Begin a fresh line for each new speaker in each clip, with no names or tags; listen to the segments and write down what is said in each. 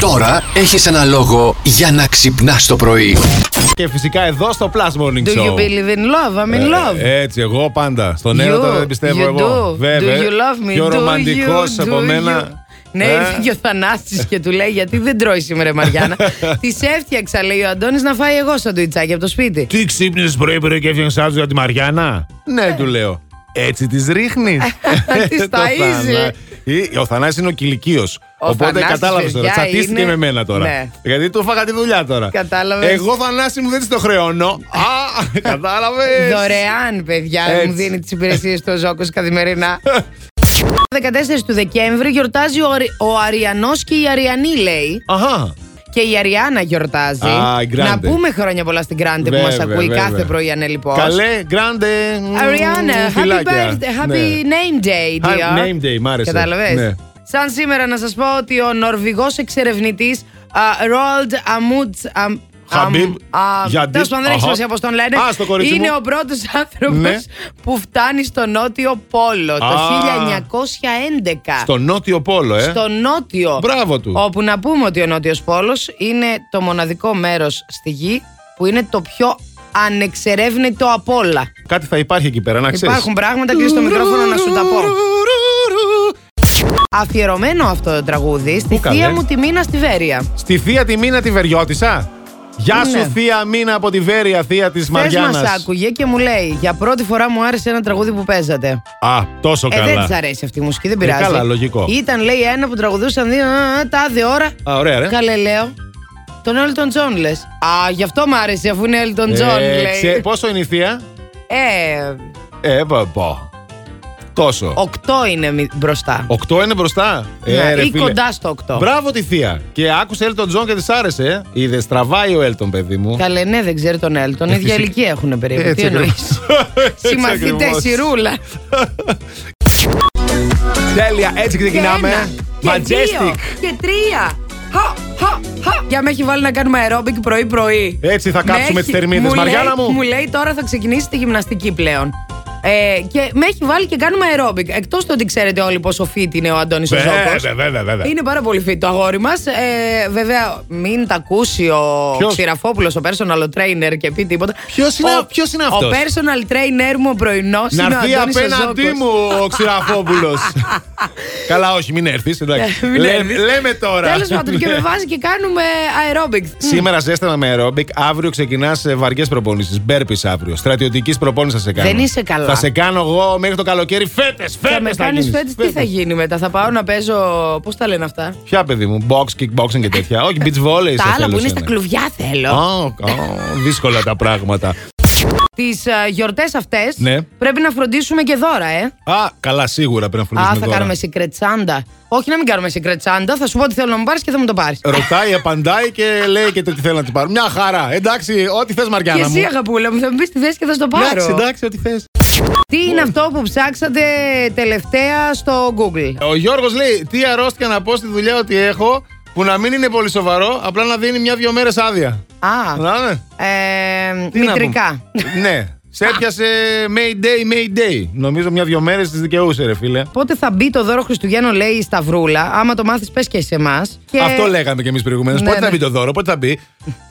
Τώρα έχεις ένα λόγο για να ξυπνάς το πρωί.
Και φυσικά εδώ στο Plus Morning
Do
Show.
you believe in love? I'm
Ε,
in love.
έτσι, εγώ πάντα. Στον
You,
έρωτα δεν πιστεύω
you
εγώ. ε,
Do. Do you love me?
Πιο
Do
ρομαντικός
you,
από
do
μένα.
you. Ναι,
Ε,
ήρθε και ο Θανάσης και του λέει: Γιατί δεν τρώει σήμερα η Μαριάννα. Της έφτιαξα, λέει ο Αντώνης να φάει εγώ σαντουιτσάκι από το σπίτι.
Τι ξύπνησες πρωί-πρωί και έφυγε άλλο για τη Μαριάννα.
Ε.
Ναι, του λέω. Έτσι τη ρίχνει.
Της ταΐζει.
Ο Θανάσης είναι ο κηλικείο.
Ο
Οπότε
Θανάσης,
κατάλαβες τώρα.
παιδιά,
Τσατίστηκε
είναι-
με μένα τώρα.
Ναι.
Γιατί του φάγα τη δουλειά τώρα.
Κατάλαβες.
Εγώ Θανάση μου δεν της το χρεώνω. Α, κατάλαβες.
Δωρεάν, παιδιά,
Έτσι.
μου δίνει τις υπηρεσίες του ο Ζώκος καθημερινά. 14 του Δεκέμβρη γιορτάζει ο, Αρι- ο Αριανός και η Αριανή, λέει.
Αχα.
Και η Αριάννα γιορτάζει.
Α, η Grande.
να πούμε χρόνια πολλά στην Grande που μας
Βέβαια,
ακούει
βέβαια.
κάθε πρωί ανελειπώς.
Καλέ, γκράντε. μ,
Αριάννα, happy
φυλάκια.
birthday,
Ναι.
happy name day,
Ha-
dear.
name day, μ' άρεσε.
Κατάλαβες.
Ναι.
Σαν σήμερα να σας πω ότι ο Νορβηγός εξερευνητής α, Roald Amund... Αμ-
Χαμπίμπ,
Αμ- α,
Γιαντίπ,
τέλος πάντων, δεν έχει
αχα.
σημασία πώς τον λένε.
Α, στο κορίτσι
Είναι
μου.
ο πρώτος άνθρωπος
Ναι.
που φτάνει στο Νότιο Πόλο το
Α.
1911.
Στο νότιο πόλο, ε.
Στο νότιο.
Μπράβο του.
Όπου να πούμε ότι ο νότιος πόλος είναι το μοναδικό μέρος στη γη που είναι το πιο ανεξερεύνητο απ' όλα.
Κάτι θα υπάρχει εκεί πέρα, να ξέρεις.
Υπάρχουν πράγματα, κλείσει το μικρόφωνο να σου τα πω. Αφιερωμένο αυτό το τραγούδι στη
Πού καλέ?
θεία μου τη μήνα στη Βέρεια.
Στη θεία τη μήνα τη Βεριώτησα. Γεια σου,
Ναι.
θεία μήνα από τη Βέρεια, θεία της
Χθε
Μαριάννα.
μα άκουγε και μου λέει: Για πρώτη φορά μου άρεσε ένα τραγούδι που παίζατε.
Α, τόσο
Ε, δεν
καλά. Ε,
της αρέσει αυτή η μουσική, δεν πειράζει.
καλά, λογικό.
Ήταν, λέει, ένα που τραγουδούσαν δύο α, α, τάδε ώρα.
Α, ωραία, ρε.
Καλέ, λέω. Τον Έλτον Τζον λες. Α, γι' αυτό μου άρεσε, αφού είναι Έλτον Τζον,
Ε,
λέει.
ξέ- πόσο είναι η θεία?
Ε,
Ε, πω, πω. Τόσο.
οκτώ είναι μι- μπροστά.
Οκτώ είναι μπροστά.
Ναι,
ε, ρε,
ή
φίλε.
κοντά στο οκτώ.
Μπράβο τη θεία. Και άκουσε Έλτον Τζον και της άρεσε. ε. Είδε, τραβάει ο Έλτον, παιδί μου.
Καλέ, ναι, δεν ξέρει τον Έλτον. Ίδια
Ε, φυσικά.
ηλικία έχουν περίπου.
Έτσι
Τι εννοεί.
ακριβώς. Έτσι
Συμμαθητέ,
ακριβώς.
η ρούλα.
Τέλεια, έτσι
Και
ξεκινάμε.
ένα, και δύο, Και τρία. Χα, χα, χα. Για με έχει βάλει να κάνουμε aerobic πρωί-πρωί.
Έτσι θα
Με
κάψουμε
έχει-
τις θερμίδες.
λέει-
Μαριάννα μου.
Μου λέει τώρα θα ξεκινήσει τη γυμναστική πλέον. Ε, και με έχει βάλει και κάνουμε aerobic. Εκτός το ότι ξέρετε όλοι πόσο fit είναι ο Αντώνης ο Ζώκος.
Βέβαια, βέβαια, βέβαια.
Είναι πάρα πολύ fit το αγόρι μας. Ε, βέβαια, μην τα ακούσει ο
Ποιος?
Ξηραφόπουλος, ο personal trainer και πει τίποτα.
Ποιος είναι-
ο,
ποιος είναι
Ο
αυτός?
personal trainer μου ο πρωινός
Να
είναι ο
έρθει
Αντώνης ο
απέναντί
Ζώκος.
μου ο Ξηραφόπουλος. Καλά, όχι, μην έρθεις.
Ε, μην έρθεις.
Λέμε τώρα.
Τέλος πάντων,
Ναι.
και με βάζει και κάνουμε aerobic.
Σήμερα ζέστανα με aerobic, αύριο ξεκινάς βαριές προπόνησει. Μπέρπι αύριο. Στρατιωτικής προπόνησης θα σε κάνω.
Δεν είσαι καλά.
Θα σε κάνω εγώ μέχρι το καλοκαίρι φέτες.
Θα με
Φέτες
κάνει φέτη, τι θα γίνει μετά. Θα πάω να παίζω. Πώς τα λένε αυτά.
Ποια παιδί μου, box, kickboxing και τέτοια. όχι, beach volley. σε
Τα άλλα
θέλω
που είναι
σένα.
στα κλουβιά θέλω.
ναι. Α, α, δύσκολα τα πράγματα.
Τις γιορτές αυτές
Ναι.
ε, πρέπει να φροντίσουμε και δώρα, ε.
Α, καλά, σίγουρα πρέπει να
Α,
φροντίσουμε
θα
τώρα.
κάνουμε συγκρετσάντα. Όχι, να μην κάνουμε συγκρετσάντα. Θα σου πω ότι θέλω να μου πάρεις και θα μου το πάρεις.
Ε, Ρωτάει, απαντάει και λέει και το τι θέλει να τη πάρω. Μια χαρά. Εντάξει, ό,τι θες,
Και
Μαριάννα μου.
εσύ, αγαπούλα μου, θα μου πεις τη θέση και θα σου το
Εντάξει,
πάρω.
εντάξει, ό,τι θες.
Τι είναι αυτό που ψάξατε τελευταία στο Google.
Ο Γιώργος λέει: Τι αρρώστια να πω στη δουλειά ότι έχω που να μην είναι πολύ σοβαρό, απλά να δίνει μια-δυο μέρες άδεια.
Α,
Να ναι.
ε,
Τι να
μητρικά.
πούμε. ναι. Σε έπιασε Mayday, Mayday. Νομίζω μια-δυο μέρες τη δικαιούσε, ρε φίλε.
Πότε θα μπει το δώρο Χριστουγέννων, λέει η Σταυρούλα. Άμα το μάθεις, πες και σε εμάς. Και
Αυτό λέγαμε κι εμείς προηγουμένως.
Ναι,
πότε
ναι.
θα μπει το δώρο, πότε θα μπει.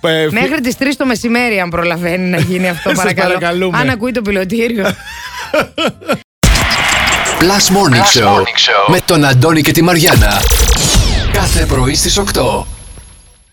Ε, φι-
Μέχρι τις 3 το μεσημέρι, αν προλαβαίνει να γίνει αυτό,
Σας
παρακαλώ.
παρακαλούμε.
Αν ακούει το πιλωτήριο.
Plus Morning, Show, με τον Αντώνη και τη Μαριάνα. Κάθε πρωί στις 8.